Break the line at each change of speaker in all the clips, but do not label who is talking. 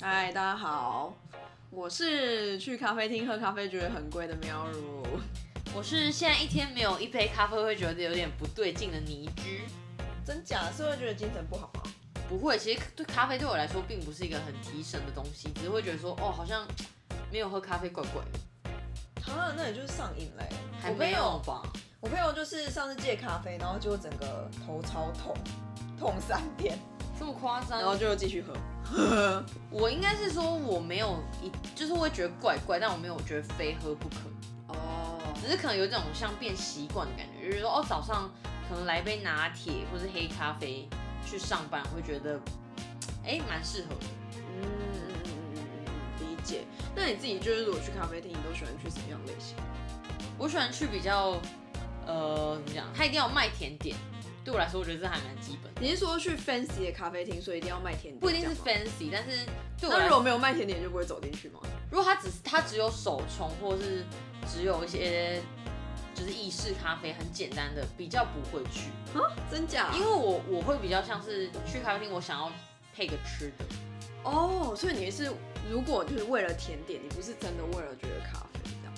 嗨，大家好，我是去咖啡厅喝咖啡觉得很贵的喵如。
我是现在一天没有一杯咖啡会觉得有点不对劲的泥居。
真假是会觉得精神不好吗？
不会，其实对咖啡对我来说并不是一个很提神的东西，只是会觉得说，哦，好像没有喝咖啡怪怪的，
啊，那也就是上瘾嘞。
还
我朋
没有
友，
吧？
我朋友就是上次戒咖啡，然后结果整个头超痛，痛三天，
这么夸 张？
然后就继续喝。
我应该是说我没有一，就是会觉得怪怪，但我没有觉得非喝不可，
哦，
只是可能有这种像变习惯的感觉，就是说，哦，早上可能来杯拿铁或是黑咖啡去上班，会觉得，哎，蛮适合的。
嗯嗯嗯嗯嗯嗯，理解。那你自己就是如果去咖啡厅，你都喜欢去什么样类型？
我喜欢去比较，呃，怎么讲？它一定要卖甜点，对我来说，我觉得这还蛮基本的。
你是说去 fancy 的咖啡厅，所以一定要卖甜点？
不一定
这
是
样吗
fancy，但是对我
那
来
如果
说，
没有卖甜点，就不会走进去吗？
如果它只是它只有手冲，或是只有一些就是意式咖啡，很简单的，比较不会去，
真假？
因为我我会比较像是去咖啡厅，我想要配个吃的，
哦，所以你是如果就是为了甜点，你不是真的为了觉得咖啡这样。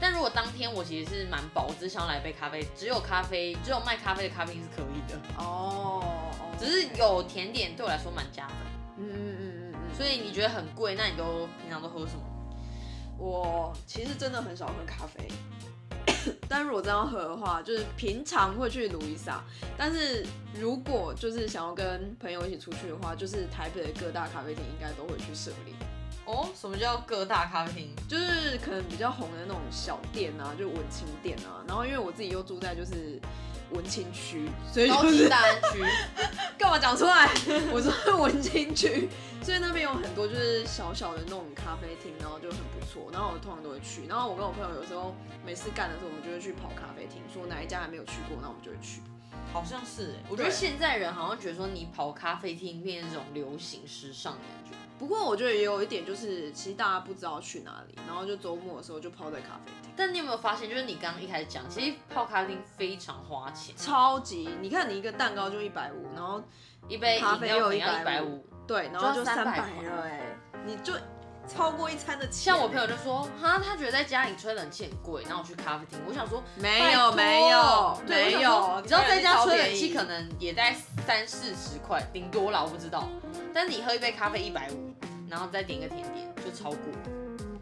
但如果当天我其实是蛮饱，我只是想要来一杯咖啡，只有咖啡，只有卖咖啡的咖啡厅是可以的，
哦，哦
只是有甜点对我来说蛮加分。
嗯嗯嗯嗯嗯，所
所
以
以你觉得很贵，那你都平常都喝什么？
我其实真的很少喝咖啡。但如果真要喝的话，就是平常会去卢伊莎，但是如果就是想要跟朋友一起出去的话，就是台北的各大咖啡店应该都会去设立，
哦，什么叫各大咖啡厅？
就是可能比较红的那种小店啊，就文青店啊。然后因为我自己又住在就是文青区，所以
高
就
级
是
大安区，
干嘛讲出来？我说文青区，所以那边有很多就是小小的那种咖啡厅，然后就很不错。然后我通常都会去。然后我跟我朋友有时候没事干的时候，我们就会去跑咖啡厅，说哪一家还没有去过，那我们就会去。
好像是哎。我觉得
对
现在人好像觉得说你跑咖啡厅变成一种流行时尚的感觉。
不过我觉得也有一点就是，其实大家不知道去哪里，然后就周末的时候就泡在咖啡厅，
但你有没有发现，就是你刚刚一开始讲，其实泡咖啡厅非常花钱，
超级。你看你一个蛋糕就一百五，然后
一杯饮
咖
料
啡
可能
又
要一百
150
五。
对，然后就
就要
三
300
百了哎、你就超过一餐的钱欸。
像我朋友就说，哈，他觉得在家里吹冷气很贵，然后我去咖啡厅，我想说
没
拜
有
托
没有
对啊我
没
想
有
说，你知道在家吹冷气
能。
可能也在三四十块，顶多啦，我不知道。但你喝一杯咖啡一百五，然后再点一个甜点，就超过。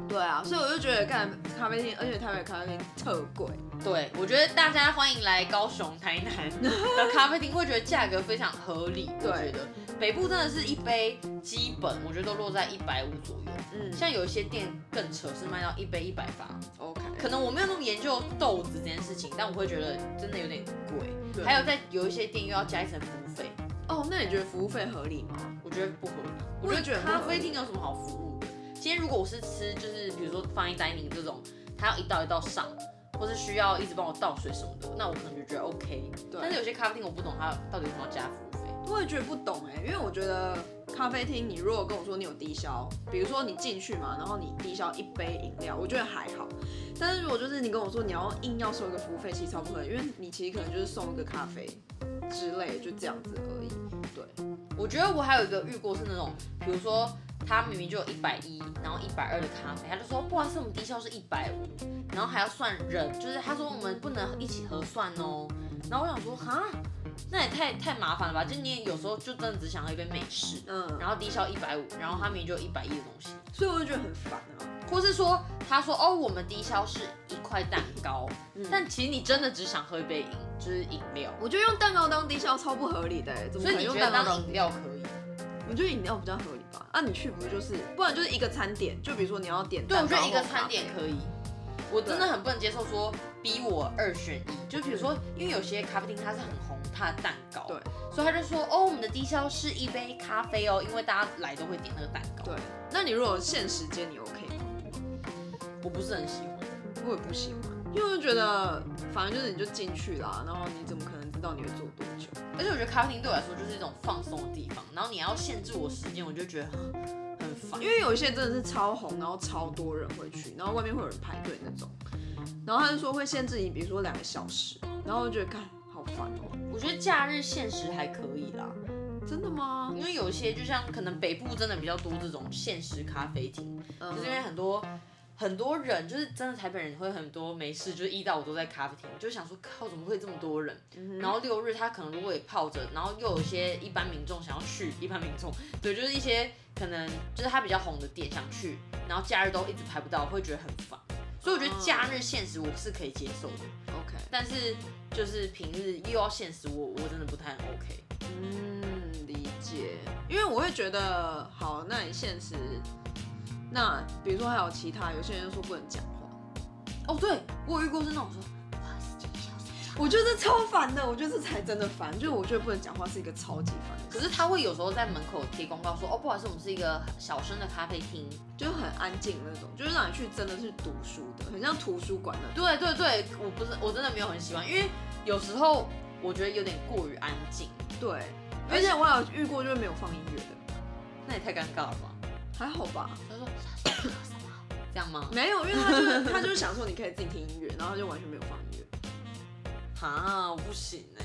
对啊，所以我就觉得干咖啡厅，而且台北咖啡厅特贵。
对，我觉得大家欢迎来高雄、台 南的咖啡厅，会觉得价格非常合理。我
对
觉得北部真的是一杯基本，我觉得都落在一百五左右。
嗯
像有一些店更扯，是卖到一杯一百八。
OK，
可能我没有那么研究豆子这件事情，但我会觉得真的有点
对
贵。还有在有一些店又要加一层服务费，
哦，那你觉得服务费合理吗？
我觉得不合理。
我也觉得不合理
咖啡厅有什么好服务的？今天如果我是吃，就是比如说 fine dining 这种，它要一道一道上，或是需要一直帮我倒水什么的，那我可能就觉得 OK。
对
但是有些咖啡厅我不懂它到底有什么要加服务费。
我也觉得不懂哎、因为我觉得咖啡厅，你如果跟我说你有低消，比如说你进去嘛，然后你低消一杯饮料，我觉得还好。但是如果就是你跟我说你要硬要收一个服务费，其实超不合理，因为你其实可能就是送一个咖啡之类，就这样子而已。对，
我觉得我还有一个遇过是那种，比如说他明明就有一百一，然后一百二的咖啡，他就说不好意思，我们低消是一百五，然后还要算人，就是他说我们不能一起核算哦。然后我想说哈，那也太太麻烦了吧？就你也有时候就真的只想要一杯美式，
嗯，
然后低消一百五，然后他明明就一百一的东西，
所以我就觉得很烦啊。
或是说他说哦我们低消是一块蛋糕，
嗯
但其实你真的只想喝一杯饮就是饮料，
我觉得用蛋糕当低消超不合理的、欸，怎么
所
可
以
能
你觉
用
得
蛋糕
当
当
饮料可以？
我觉得饮料比较合理吧。啊，你去不就是，不然就是一个餐点，就比如说你要点
对，
蛋
我
糕
觉得一个
或咖
餐
啡
点可以。我真的很不能接受说逼我二选一，就比如说，因为有些咖啡厅它是很红，它的蛋糕，
对，
所以他就说哦，我们的低消是一杯咖啡哦，因为大家来都会点那个蛋糕。
对，，那你如果限时间，你 OK 吗？
我不是很喜欢。
我也不喜欢，因为我就觉得反正就是你就进去啦，然后你怎么可能知道你会做多久？
而且我觉得咖啡厅对我来说就是一种放松的地方，然后你要限制我时间，我就觉得很很烦。
因为有一些真的是超红，然后超多人会去，然后外面会有人排队那种，然后他就说会限制你，比如说两个小时，然后我就觉得干好烦哦、
我觉得假日限时还可以啦，
真的吗？
因为有些就像可能北部真的比较多这种限时咖啡厅，
嗯
就是因为很多很多人，就是真的台北人会很多没事，就是一到五都在咖啡厅，就想说靠，怎么会这么多人？
嗯
然后六日他可能如果也泡着，然后又有一些一般民众想要去，一般民众对，就是一些可能就是他比较红的店想去，然后假日都一直排不到，会觉得很烦。所以我觉得假日限时我是可以接受的，
OK，
但是就是平日又要限时我，我真的不太 OK。
嗯，理解。因为我会觉得，好，那你现实，那比如说还有其他，有些人就说不能讲话，
哦，对我有遇过是那种说，哇，是这个小时
我觉得这超烦的，我觉得这才真的烦，就是我觉得不能讲话是一个超级烦的
可
事，
是他会有时候在门口贴公告说，哦，不好意思，我们是一个小声的咖啡厅。
就是很安静那种，就是让你去真的是读书的，很像图书馆那种。
对对对，我不是我真的没有很喜欢，因为有时候我觉得有点过于安静，
对，而且我有遇过就是没有放音乐的，
那也太尴尬了吧？
还好吧？
他说小声小声啊这样吗？
没有，因为他就是他就是想说你可以自己听音乐，然后他就完全没有放音乐，
哈，我不行哎、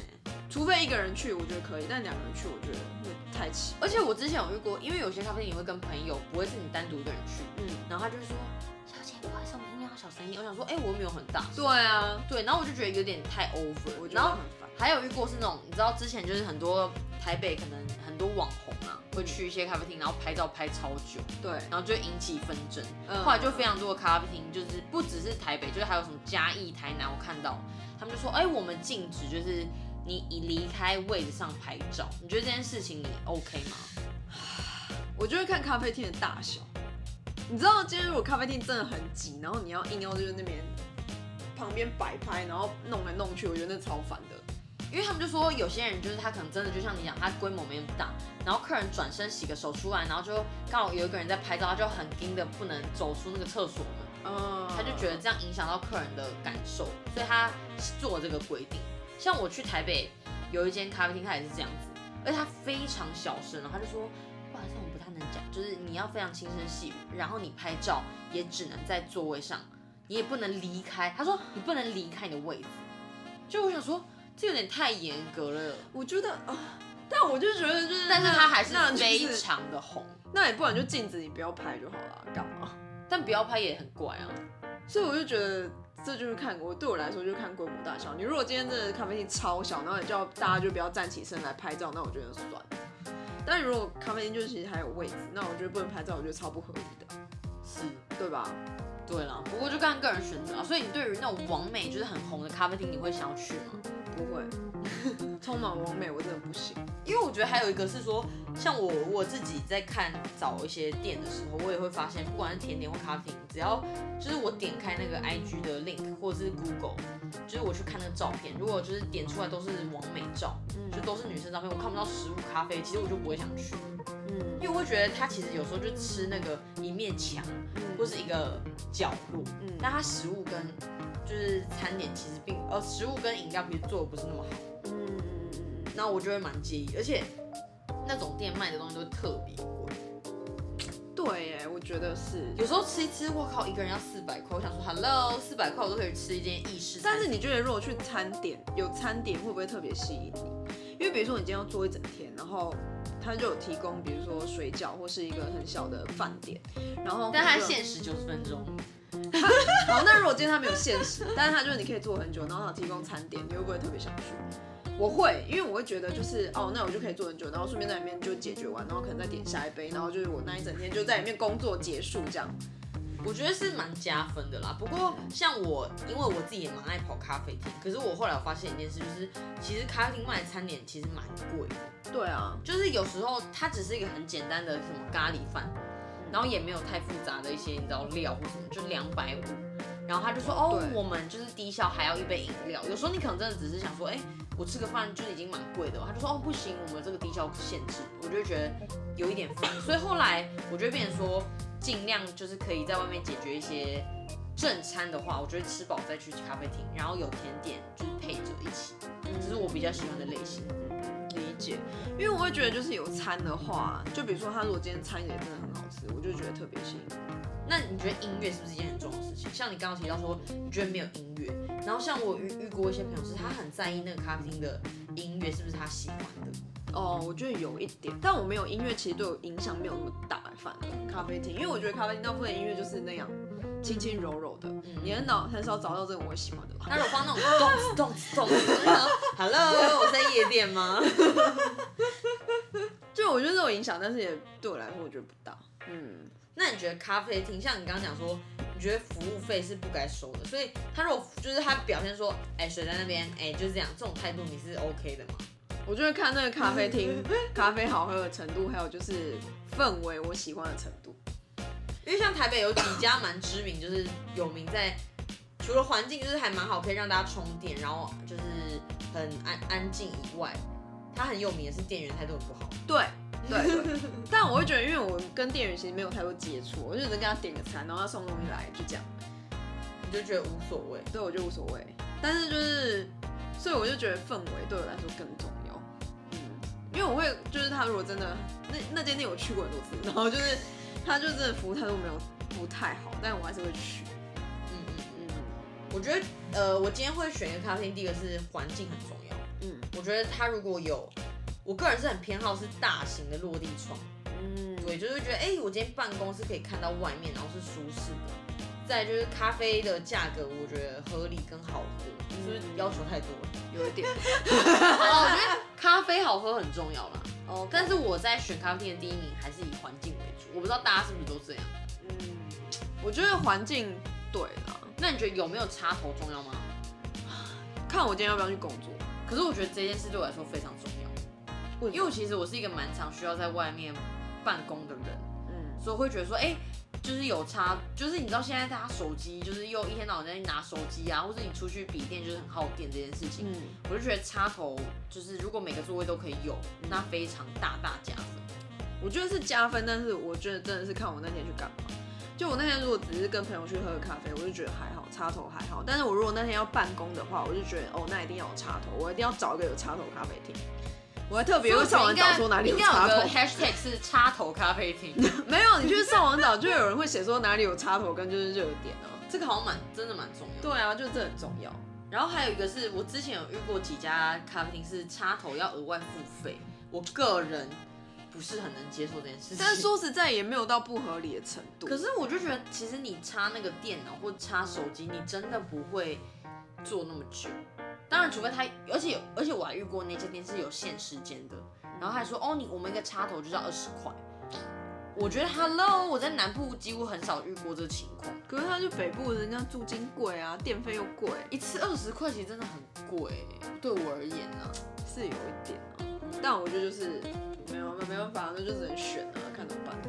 除非一个人去，我觉得可以，但两个人去我觉得会太奇。
而且我之前有遇过，因为有些咖啡厅你会跟朋友，不会是你单独一个人去，
嗯，
然后他就会说，小姐不好意思，我们音量要小声一点。我想说，哎、我又没有很大声，
对啊，
对，然后我就觉得有点太 over，
我觉
然
得
后
很烦。
还有遇过是那种，你知道之前就是很多台北可能很多网红啊，会去一些咖啡厅，然后拍照拍超久，
对，
然后就引起纷争。
嗯
后来就非常多的咖啡厅，就是不只是台北，就是还有什么嘉义、台南，我看到他们就说，哎、我们禁止就是你一离开位置上拍照。你觉得这件事情你 OK 吗？
我就会看咖啡厅的大小。你知道，今天如果咖啡厅真的很挤，然后你要硬要就是那边旁边摆拍，然后弄来弄去，我觉得那超烦的。
因为他们就说有些人就是他可能真的就像你讲，他规模没那么大，然后客人转身洗个手出来，然后就刚好有一个人在拍照，他就很盯的不能走出那个厕所门。
嗯，
他就觉得这样影响到客人的感受，所以他做这个规定。像我去台北有一间咖啡厅，它也是这样子，而且它非常小声，然后他就说，不好意思，我们不太能讲，就是你要非常轻声细语，然后你拍照也只能在座位上，你也不能离开。他说你不能离开你的位置，就我想说这有点太严格了，
我觉得啊、但我就觉得就是那，
但是他还是
那
非
就是
常的红，
那也不然就禁止你不要拍就好了，干嘛？
但不要拍也很怪啊。
所以我就觉得这就是看我对我来说就是看规模大小。你如果今天这个咖啡厅超小，然后你叫大家就不要站起身来拍照，那我觉得算了。但如果咖啡厅就是其实还有位置，那我觉得不能拍照，我觉得超不合理的，
是，
对吧？
对啦，不过就看个人选择啊。所以你对于那种完美就是很红的咖啡厅，你会想要去吗？
不会， 充满完美我真的不行。
因为我觉得还有一个是说，像我我自己在看找一些店的时候，我也会发现，不管是甜点或咖啡厅，只要就是我点开那个 IG 的 link 或者是 Google，就是我去看那个照片，如果就是点出来都是完美照，
嗯
就都是女生照片，我看不到食物咖啡，其实我就不会想去，
嗯
因为我会觉得它其实有时候就吃那个一面墙或是一个角落，
嗯
那它食物跟就是餐点其实并呃食物跟饮料其实做的不是那么好，
嗯嗯
那我就会蛮介意，而且那种店卖的东西都特别贵，
嗯，对耶，我觉得是。
有时候吃一吃，我靠，一个人要四百块，我想说 hello，四百块我都可以吃一间意式餐
但是
厅，
你觉得如果去餐点有餐点会不会特别吸引你？因为比如说你今天要做一整天，然后他就有提供，比如说水饺或是一个很小的饭点，然后
但它
就
限时九十分钟，
好。那如果今天他没有限时，但是他就是你可以做很久，然后他提供餐点，你会不会特别想去？我会，因为我会觉得就是哦，那我就可以做很久，然后顺便在里面就解决完，然后可能再点下一杯，然后就是我那一整天就在里面工作结束这样。
我觉得是蛮加分的啦。不过像我，因为我自己也蛮爱跑咖啡厅，可是我后来我发现一件事，就是其实咖啡厅卖的餐点其实蛮贵的。
对啊，
就是有时候它只是一个很简单的什么咖喱饭，然后也没有太复杂的一些你知道料或什么，就两百五。然后他就说哦，
对
我们就是低消还要一杯饮料。有时候你可能真的只是想说，哎，我吃个饭就是已经蛮贵的哦。他就说哦，不行，我们这个低消限制，我就觉得有一点烦。所以后来我就变成说，尽量就是可以在外面解决一些正餐的话，我觉得吃饱再去咖啡厅，然后有甜点就是配着一起，这是我比较喜欢的类型。
理解，因为我会觉得就是有餐的话，就比如说他如果今天餐也真的很好吃，我就觉得特别吸引我。
那你觉得音乐是不是一件很重要的事情？像你刚刚提到说，你觉得没有音乐，然后像我遇遇过一些朋友是，他很在意那个咖啡厅的音乐是不是他喜欢的，
哦，我觉得有一点，但我没有音乐，其实对我影响没有那么大。反而咖啡厅，因为我觉得咖啡厅大部分的音乐就是那样轻轻柔柔的，
嗯
你很少很少找到这种我喜 欢的吧。
但是我放那种咚哧咚哧咚哧，我就想说，Hello，我在夜店吗？
就我觉得这种影响，但是也对我来说我觉得不大。嗯，
那你觉得咖啡厅，像你刚刚讲说，你觉得服务费是不该收的，所以他如果就是他表现说，哎、水在那边，哎、就是这样，这种态度你是 OK 的吗？
我就会看那个咖啡厅咖啡好喝的程度，还有就是氛围我喜欢的程度。
因为像台北有几家蛮知名，就是有名在，除了环境就是还蛮好，可以让大家充电，然后就是很安安静以外，它很有名的是店员态度很不好。
对对对，但我会觉得，因为我跟店员其实没有太多接触，我就只是跟他点个餐，然后他送东西来，就这样。
你就觉得无所谓，
对我就无所谓。但是就是，所以我就觉得氛围对我来说更重要。嗯，因为我会就是他如果真的那那间店我去过很多次，然后就是他就真的服务态度没有不太好，但我还是会去。
嗯嗯，
嗯
我觉得呃，我今天会选一个咖啡厅，第一个是环境很重要，
嗯
我觉得它如果有，我个人是很偏好是大型的落地窗，
嗯，
对，就是觉得哎、我今天办公是可以看到外面，然后是舒适的。再来就是咖啡的价格，我觉得合理跟好喝，是不是要求太多了？
有一点。
好啦我觉得咖啡好喝很重要啦。
哦
但是我在选咖啡店的第一名还是以环境为主，我不知道大家是不是都这样。
嗯，我觉得环境对啦，
那你觉得有没有插头重要吗？
看我今天要不要去工作。
可是我觉得这件事对我来说非常重要，
为什么
因为我其实我是一个蛮常需要在外面办公的人。
嗯，
所以会觉得说，哎、就是有差，就是你知道现在大家手机就是又一天到晚在拿手机啊，或者你出去笔电就是很耗电这件事情，
嗯
我就觉得插头就是如果每个座位都可以有，那非常大大加分。
我觉得是加分，但是我觉得真的是看我那天去干嘛。就我那天如果只是跟朋友去喝个咖啡，我就觉得还好，插头还好。但是我如果那天要办公的话，我就觉得哦，那一定要有插头，我一定要找一个有插头咖啡厅。我还特别会上网找说哪里有
应该有
插
个
头，
hashtag 是插头咖啡厅，
没有，你去上网找就有人会写说哪里有插头跟就是热点啊。
这个好像蛮真的蛮重要的。
对啊，就这很重要。
然后还有一个是我之前有遇过几家咖啡厅是插头要额外付费，我个人不是很能接受这件事情。
但是说实在也没有到不合理的程度。
可是我就觉得，其实你插那个电脑或插手机，你真的不会做那么久。当然，除非他，而且而且我还遇过那家店是有限时间的，然后还说哦，你我们一个插头就是要二十块。我觉得 Hello，我在南部几乎很少遇过这情况，
可是他就北部人家租金贵啊，电费又贵，
一次二十块其实真的很贵，对我而言啊呢、
是有一点啊。但我觉得就是没有没没办法，那就只能选啊，看怎么办。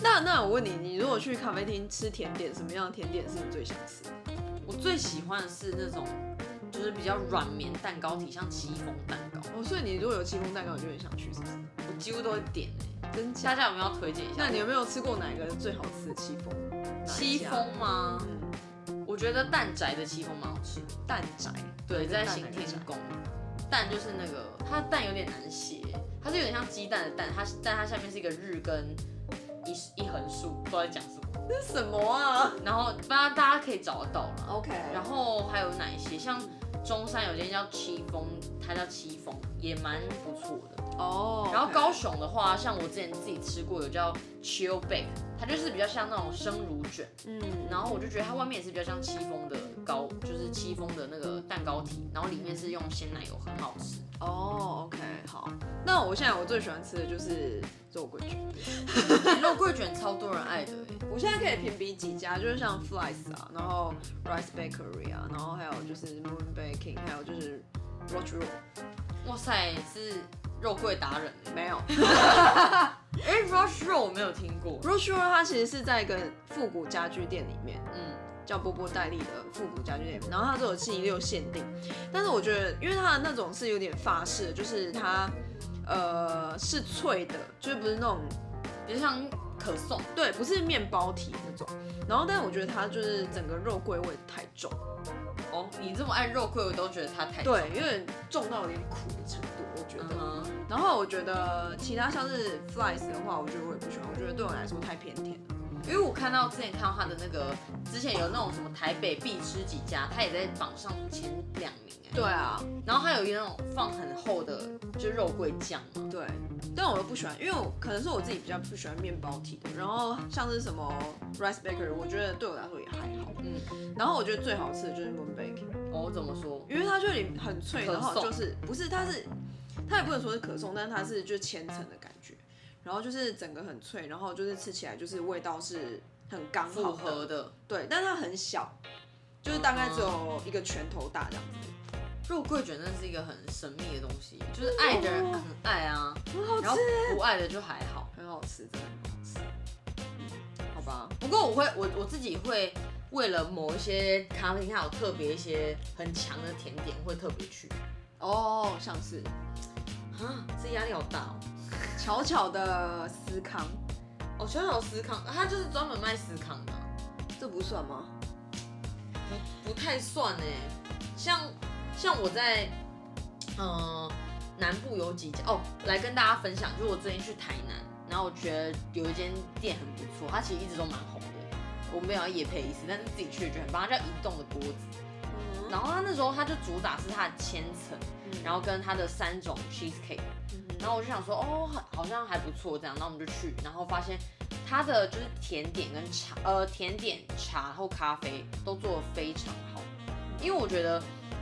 那那我问你，你如果去咖啡厅吃甜点，什么样的甜点是你最想吃？
我最喜欢的是那种就是比较软绵蛋糕体，像戚风蛋糕，
哦，所以你如果有戚风蛋糕，你就很想去，是不是？
我几乎都会点欸
真假？
大家有没有要推荐一下？
那你有没有吃过哪一个最好吃的戚风？
戚风吗？
嗯，
我觉得蛋宅的戚风蛮好吃的，
蛋仔，
对，在新
天
天宫，蛋就是那个它蛋有点难写，它是有点像鸡蛋的蛋，它但它下面是一个日跟一一横竖，不知道在讲什么。
这是什么啊
然后不知道大家可以找得到啦。
？OK，
然后还有哪一些？像中山有间叫戚风，它叫戚风，也蛮不错的。
哦，
然后高雄的话，像我之前自己吃过有叫 Chill Bake，它就是比较像那种生乳卷。
嗯，
然后我就觉得它外面也是比较像戚风的糕，就是戚风的那个蛋糕体，然后里面是用鲜奶油，很好吃。
哦，OK，好。那我现在我最喜欢吃的就是肉桂卷。
哎肉桂卷超多人爱的欸、
我现在可以评比几家，就是像 Flies 啊，然后 Rice Bakery 啊，然后还有就是 Moon Baking，还有就是 Roach Roll。
哇塞，是肉桂达人欸
没有
哎、r u s h Roll 我没有听过，
，Roach Roll 它其实是在一个复古家居店里面，
嗯，
叫波波戴利的复古家居店，然后它都有七六限定。但是我觉得，因为它的那种是有点法式，就是它呃是脆的，就是不是那种
比较像可颂，
对，不是面包体那种。然后，但我觉得它就是整个肉桂味太重，
哦，你这么爱肉桂，我都觉得它太
对，有点重到有点苦的程度，我觉
嗯
得。
哼，
然后我觉得其他像是 flies 的话，我觉得我也不喜欢，我觉得对我来说太偏甜了。
因为我看到之前看到他的那个，之前有那种什么台北必吃几家，他也在榜上前两名哎、
对啊，
然后他有一种放很厚的，就肉桂酱嘛，
对，但我又不喜欢，因为我可能是我自己比较不喜欢面包体的。然后像是什么 rice baker，我觉得对我来说也还好。
嗯，
然后我觉得最好吃的就是 moon baker，
哦怎么说？
因为它就里很脆，
嗯可
然后
颂
就是不是它是它也不能说是可颂，但是它是就千层的感觉，然后就是整个很脆，然后就是吃起来就是味道是很刚
复
好的，
合的
对，但它很小，就是大概只有一个拳头大这样子，
肉桂卷真的是一个很神秘的东西，就是爱的人
哦
很爱啊，
很好
然后
吃，
不爱的就还好，
很好吃，真的很好吃。
好吧。不过我会我我自己会为了某一些咖啡厅它有特别一些很强的甜点会特别去，
哦，像是
啊，这压力好大哦。
巧巧的司康，
哦，小小司康，他就是专门卖司康的啊，
这不算吗？
不太算哎。像像我在嗯、呃南部有几家哦，来跟大家分享，就是我最近去台南，然后我觉得有一间店很不错，它其实一直都蛮红的。我没有要夜配意思，但是自己去就很棒，它叫移动的锅子。然后它那时候它就主打是它的千层，然后跟它的三种 cheesecake。然
后
后我就想说，哦，好好像还不错这样，那我们就去，然后发现它的就是甜点跟茶，呃，甜点、茶或咖啡都做的非常好，因为我觉得。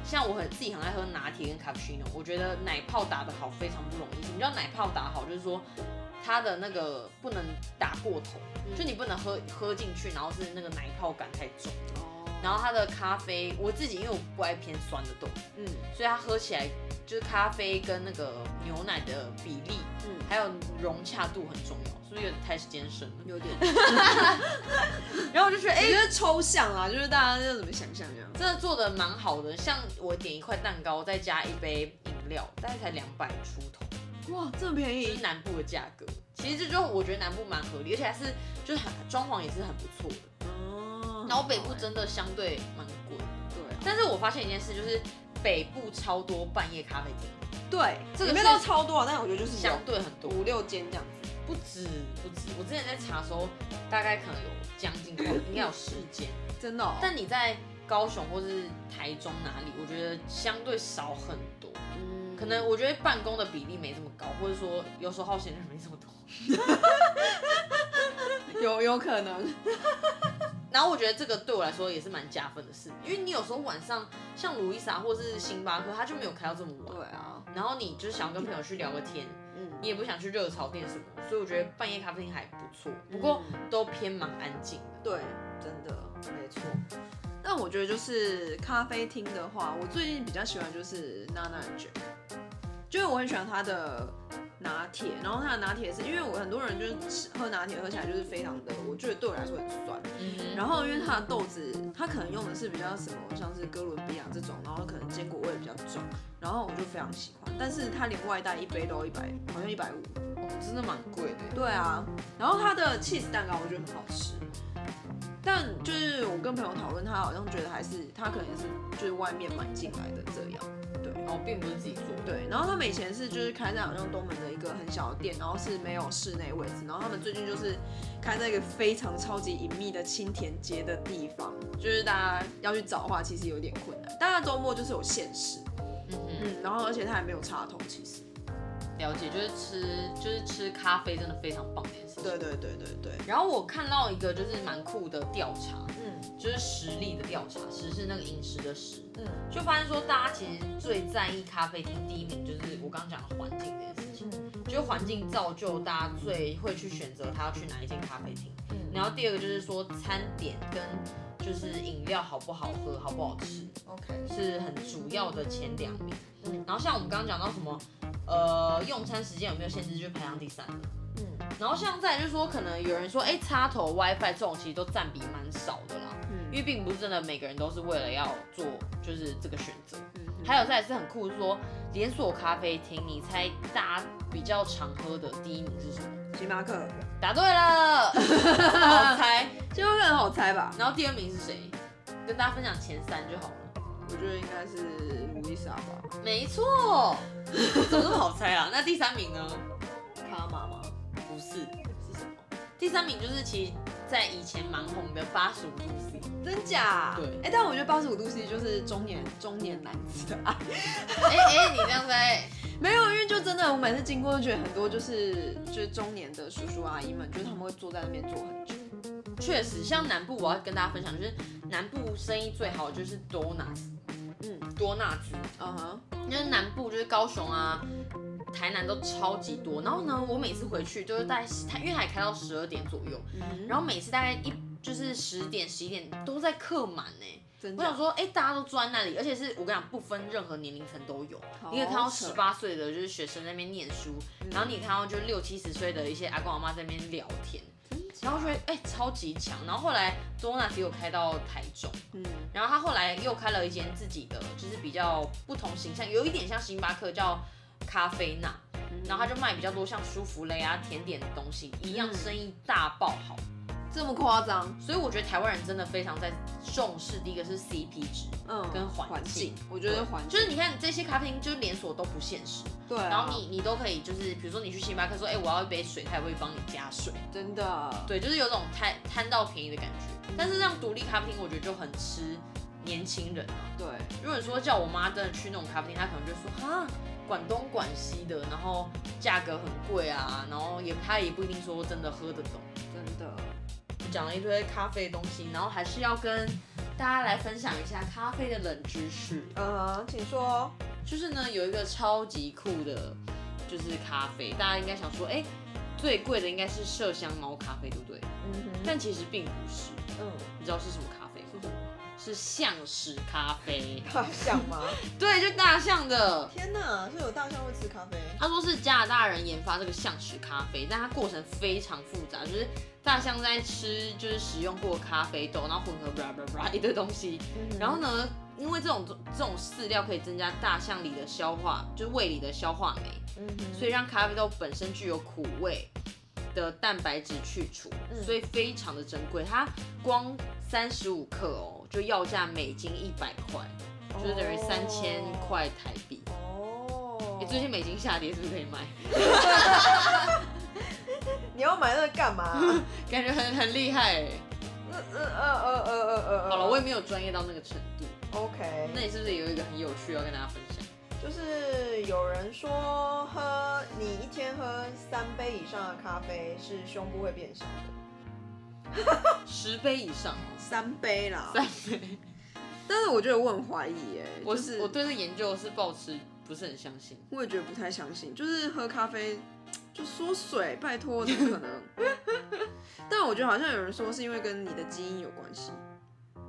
像我很自己很爱喝拿铁跟卡布奇诺，我觉得奶泡打得好非常不容易。什么叫奶泡打好？就是说它的那个不能打过头，
嗯
就你不能喝喝进去，然后是那个奶泡感太重。然后它的咖啡，我自己因为我不爱偏酸的豆，
嗯
所以它喝起来就是咖啡跟那个牛奶的比例
嗯，
还有融洽度很重要，是不是有点太艰深了？
有点，
然后我就觉得，哎、
我觉得抽象啦，就是大家要怎么想象这样。
真的做的蛮好的。像我点一块蛋糕，再加一杯饮料，大概才两百出头，
哇，这么便
就是
宜，
南部的价格。其实这就我觉得南部蛮合理，而且还是就是很装潢也是很不错的。
哦
然后北部真的相对蛮贵的，
对啊
但是我发现一件事，就是北部超多半夜咖啡厅，
对，
这个
里面
是
到超多啊，但我觉得就是有
相对很多。
五六间这样子。
不止不止，我之前在查的时候，大概可能有将近快应该有十间，
真的哦、
但你在高雄或是台中哪里，我觉得相对少很多。
嗯
可能我觉得办公的比例没这么高，或者说游手好闲的人没这么多。
有有可 能，
然后我觉得这个对我来说也是蛮加分的事，因为你有时候晚上像卢伊莎或是星巴克，它就没有开到这么晚。
对啊，
然后你就是想要跟朋友去聊个天，
嗯，
你也不想去热炒店什么，所以我觉得半夜咖啡厅还不错，不过
嗯
都偏蛮安静的。
对，真的没错。但我觉得就是咖啡厅的话，我最近比较喜欢就是 Nana and Jack，就是我很喜欢它的拿铁，然后它的拿铁是因为我很多人就是吃喝拿铁喝起来就是非常的，我觉得对我来说很酸。
嗯
然后因为它的豆子，它可能用的是比较什么，像是哥伦比亚这种，然后可能坚果味比较重，然后我就非常喜欢。但是它连外带一杯都一百，好像一百五。
哦，真的蛮贵的。
对啊，然后它的 cheese 蛋糕我觉得很好吃，但就是我跟朋友讨论，他好像觉得还是他可能是就是外面买进来的这样。
哦，并不是自己做的。
对，然后他们以前是就是开在好像东门的一个很小的店，然后是没有室内位置，然后他们最近就是开在一个非常超级隐秘的青田街的地方，就是大家要去找的话，其实有点困难。但他周末就是有限时，
嗯
嗯，然后而且他也没有插头，其实。
嗯，了解，就是吃，就是吃咖啡真的非常棒的一件事情。
对。对对对对，
然后我看到一个就是蛮酷的调查，
嗯
就是实力的调查，实是那个饮食的实，
嗯
就发现说大家其实最在意咖啡厅第一名就是我刚刚讲的环境这件事
嗯
情，就是环境造就大家最会去选择他要去哪一间咖啡厅。
嗯
然后第二个就是说餐点跟就是饮料好不好喝、好不好吃，
嗯，OK，
是很主要的前两名。
嗯
然后像我们刚刚讲到什么，呃，用餐时间有没有限制，就排上第三了。
嗯
然后像再来就是说，可能有人说，哎，插头、WiFi 这种其实都占比蛮少的啦，
嗯
因为并不是真的每个人都是为了要做就是这个选择。
嗯，
还有再来是很酷，是说连锁咖啡厅，你猜大家比较常喝的第一名是什么？
嗯星巴克，
答对了，好猜。
星巴克很好猜吧？
然后第二名是谁？跟大家分享前三就好了。
我觉得应该是路易莎吧，
没错，怎么那么好猜啊？那第三名呢？
卡玛吗？
不是，
是什么？
第三名就是其实在以前蛮红的八十五度 C，
真假？
对
哎、但我觉得八十五度 C 就是中年中年男子的爱，
哎哎，你这样在
没有，因为就真的我每次经过都觉得很多就是就是中年的叔叔阿姨们，就是他们会坐在那边坐很久。
确实，像南部，我要跟大家分享，就是南部生意最好的就是多纳兹，
嗯
多纳兹，
嗯哼，
因为南部就是高雄啊、台南都超级多。然后呢，我每次回去就是大概它，因为它也开到十二点左右，然
嗯后
后每次大概一就是十点、十一点都在客满呢、
真
我想
假？
说，哎、大家都坐在那里，而且是我跟你讲，不分任何年龄层都有。你可以看到
好扯
十八岁的就是学生在那边念书，然后你看到就六七十岁的一些阿公阿妈在那边聊天，然后就会哎、超级强。然后后来多纳只有开到台中，
嗯，
然后他后来又开了一间自己的，就是比较不同形象，有一点像星巴克叫咖啡娜，
嗯
然后他就卖比较多像舒芙蕾啊甜点的东西，一样
嗯
生意大爆好。
这么夸张？
所以我觉得台湾人真的非常在重视，第一个是 CP 值，
嗯，
跟环境，
我觉得环境
就是你看这些咖啡厅就是连锁都不现实，
对啊、
然后你你都可以就是比如说你去星巴克说，哎、我要一杯水，他也会帮你加水，
真的
对，就是有种贪贪到便宜的感觉。但是让独立咖啡厅，我觉得就很吃年轻人啊。
对，
如果你说叫我妈真的去那种咖啡厅，她可能就说哈，管东管西的，然后价格很贵啊，然后也她也不一定说真的喝得懂。
真的
讲了一堆咖啡的东西，然后还是要跟大家来分享一下咖啡的冷知识。
嗯
呃
哼，请说。
就是呢，有一个超级酷的，就是咖啡，大家应该想说，哎、最贵的应该是麝香猫咖啡，对不对？
嗯哼，
但其实并不是，
嗯，
你知道是什么咖啡
是
吗？
什么？
是象屎咖啡，
大象吗？
对，就大象的。
天哪，是有大象会吃咖啡？
他说是加拿大人研发这个象屎咖啡，但它过程非常复杂，就是大象在吃就是食用过的咖啡豆，然后混合 blah blah blah 一堆东西，
嗯
然后呢，因为这种这种饲料可以增加大象里的消化，就是胃里的消化酶，
嗯哼，
所以让咖啡豆本身具有苦味的蛋白质去除，
嗯
所以非常的珍贵。它光三十五克哦，就要价美金一百块，就是等于
哦
三千块台币。哎
哦
你、最近美金下跌是不是可以买？
你要买那个干嘛？
感觉很很厉害欸。
呃呃呃呃呃呃。
好了，我也没有专业到那个程度。
OK。
那你是不是有一个很有趣要跟大家分享？
就是有人说喝你一天喝三杯以上的咖啡是胸部会变小的，
十杯以上哦，
三杯啦，
三杯。
但是我觉得我很怀疑哎、
我
就是
我对这研究是抱持不是很相信。
我也觉得不太相信，就是喝咖啡就缩水，拜托，怎么可能？但我觉得好像有人说是因为跟你的基因有关系，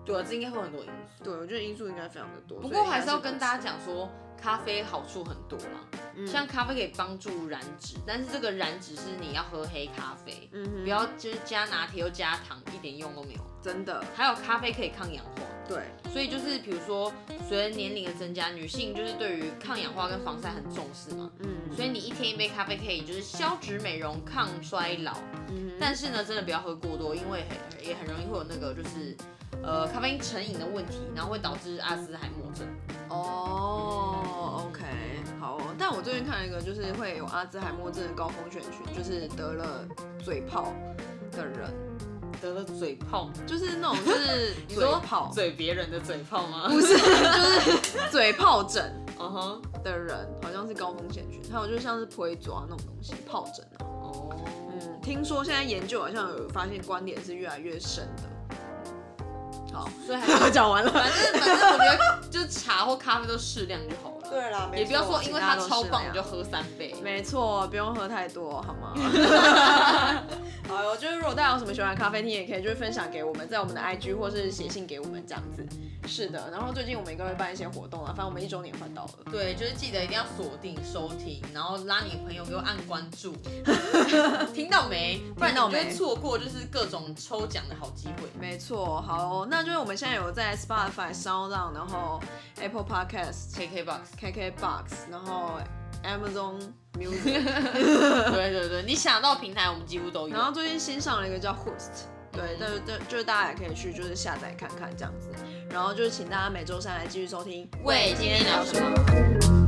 对啊，这应该会有很多因素。
对我觉得因素应该非常的多。
不
所以
过
应该
还是要跟大
家
家讲说，咖啡好处很多啦，
嗯
像咖啡可以帮助燃脂，但是这个燃脂是你要喝黑咖啡，
嗯哼
不要就是加拿铁又加糖，一点用都没有。
真的
还有咖啡可以抗氧化，
对，
所以就是比如说随着年龄的增加，女性就是对于抗氧化跟防晒很重视嘛，
嗯
所以你一天一杯咖啡可以就是消脂美容、抗衰老，
嗯
但是呢，真的不要喝过多，因为很也很容易会有那个就是呃咖啡因成瘾的问题，然后会导致阿兹海默症。
哦，OK，好哦。但我最近看了一个，就是会有阿兹海默症的高风险群，就是得了嘴炮的人，
得了嘴炮，
就是那种就是
你
嘴
说
炮，
嘴别人的嘴炮吗？
不是就是嘴炮疹。
嗯哼，
的人好像是高风险群，还有就像是不会抓那种东西，疱疹啊。
哦，
嗯，听说现在研究好像有发现观点是越来越深的。好，
所 以还是
讲完了。
反正反正我觉得就是茶或咖啡都适量就好了。
对啦，没
也不要
错
说因为它超棒
其他都适量
你就喝三杯。
没错，不用喝太多，好吗？好哟，就是如果大家有什么喜欢的咖啡厅，也可以就是分享给我们，在我们的 IG 或是写信给我们这样子。是的，然后最近我们应该会办一些活动啊，反正我们一周年换到了。
对，就是记得一定要锁定收听，然后拉你的朋友给我按关 注，听到没？不然
听
你
到
就
没
会错过就是各种抽奖的好机会。
没错，好哦、那就是我们现在有在 Spotify、Sound On，然后 Apple Podcast、
KKBOX，
KKBox，然后 Amazon Music，
对对对，你想到的平台我们几乎都有。嗯
然后最近新上了一个叫 Host，对，但是但就是大家也可以去就是下载看看这样子，然后就是请大家每周三来继续收听。
喂，今天聊什么？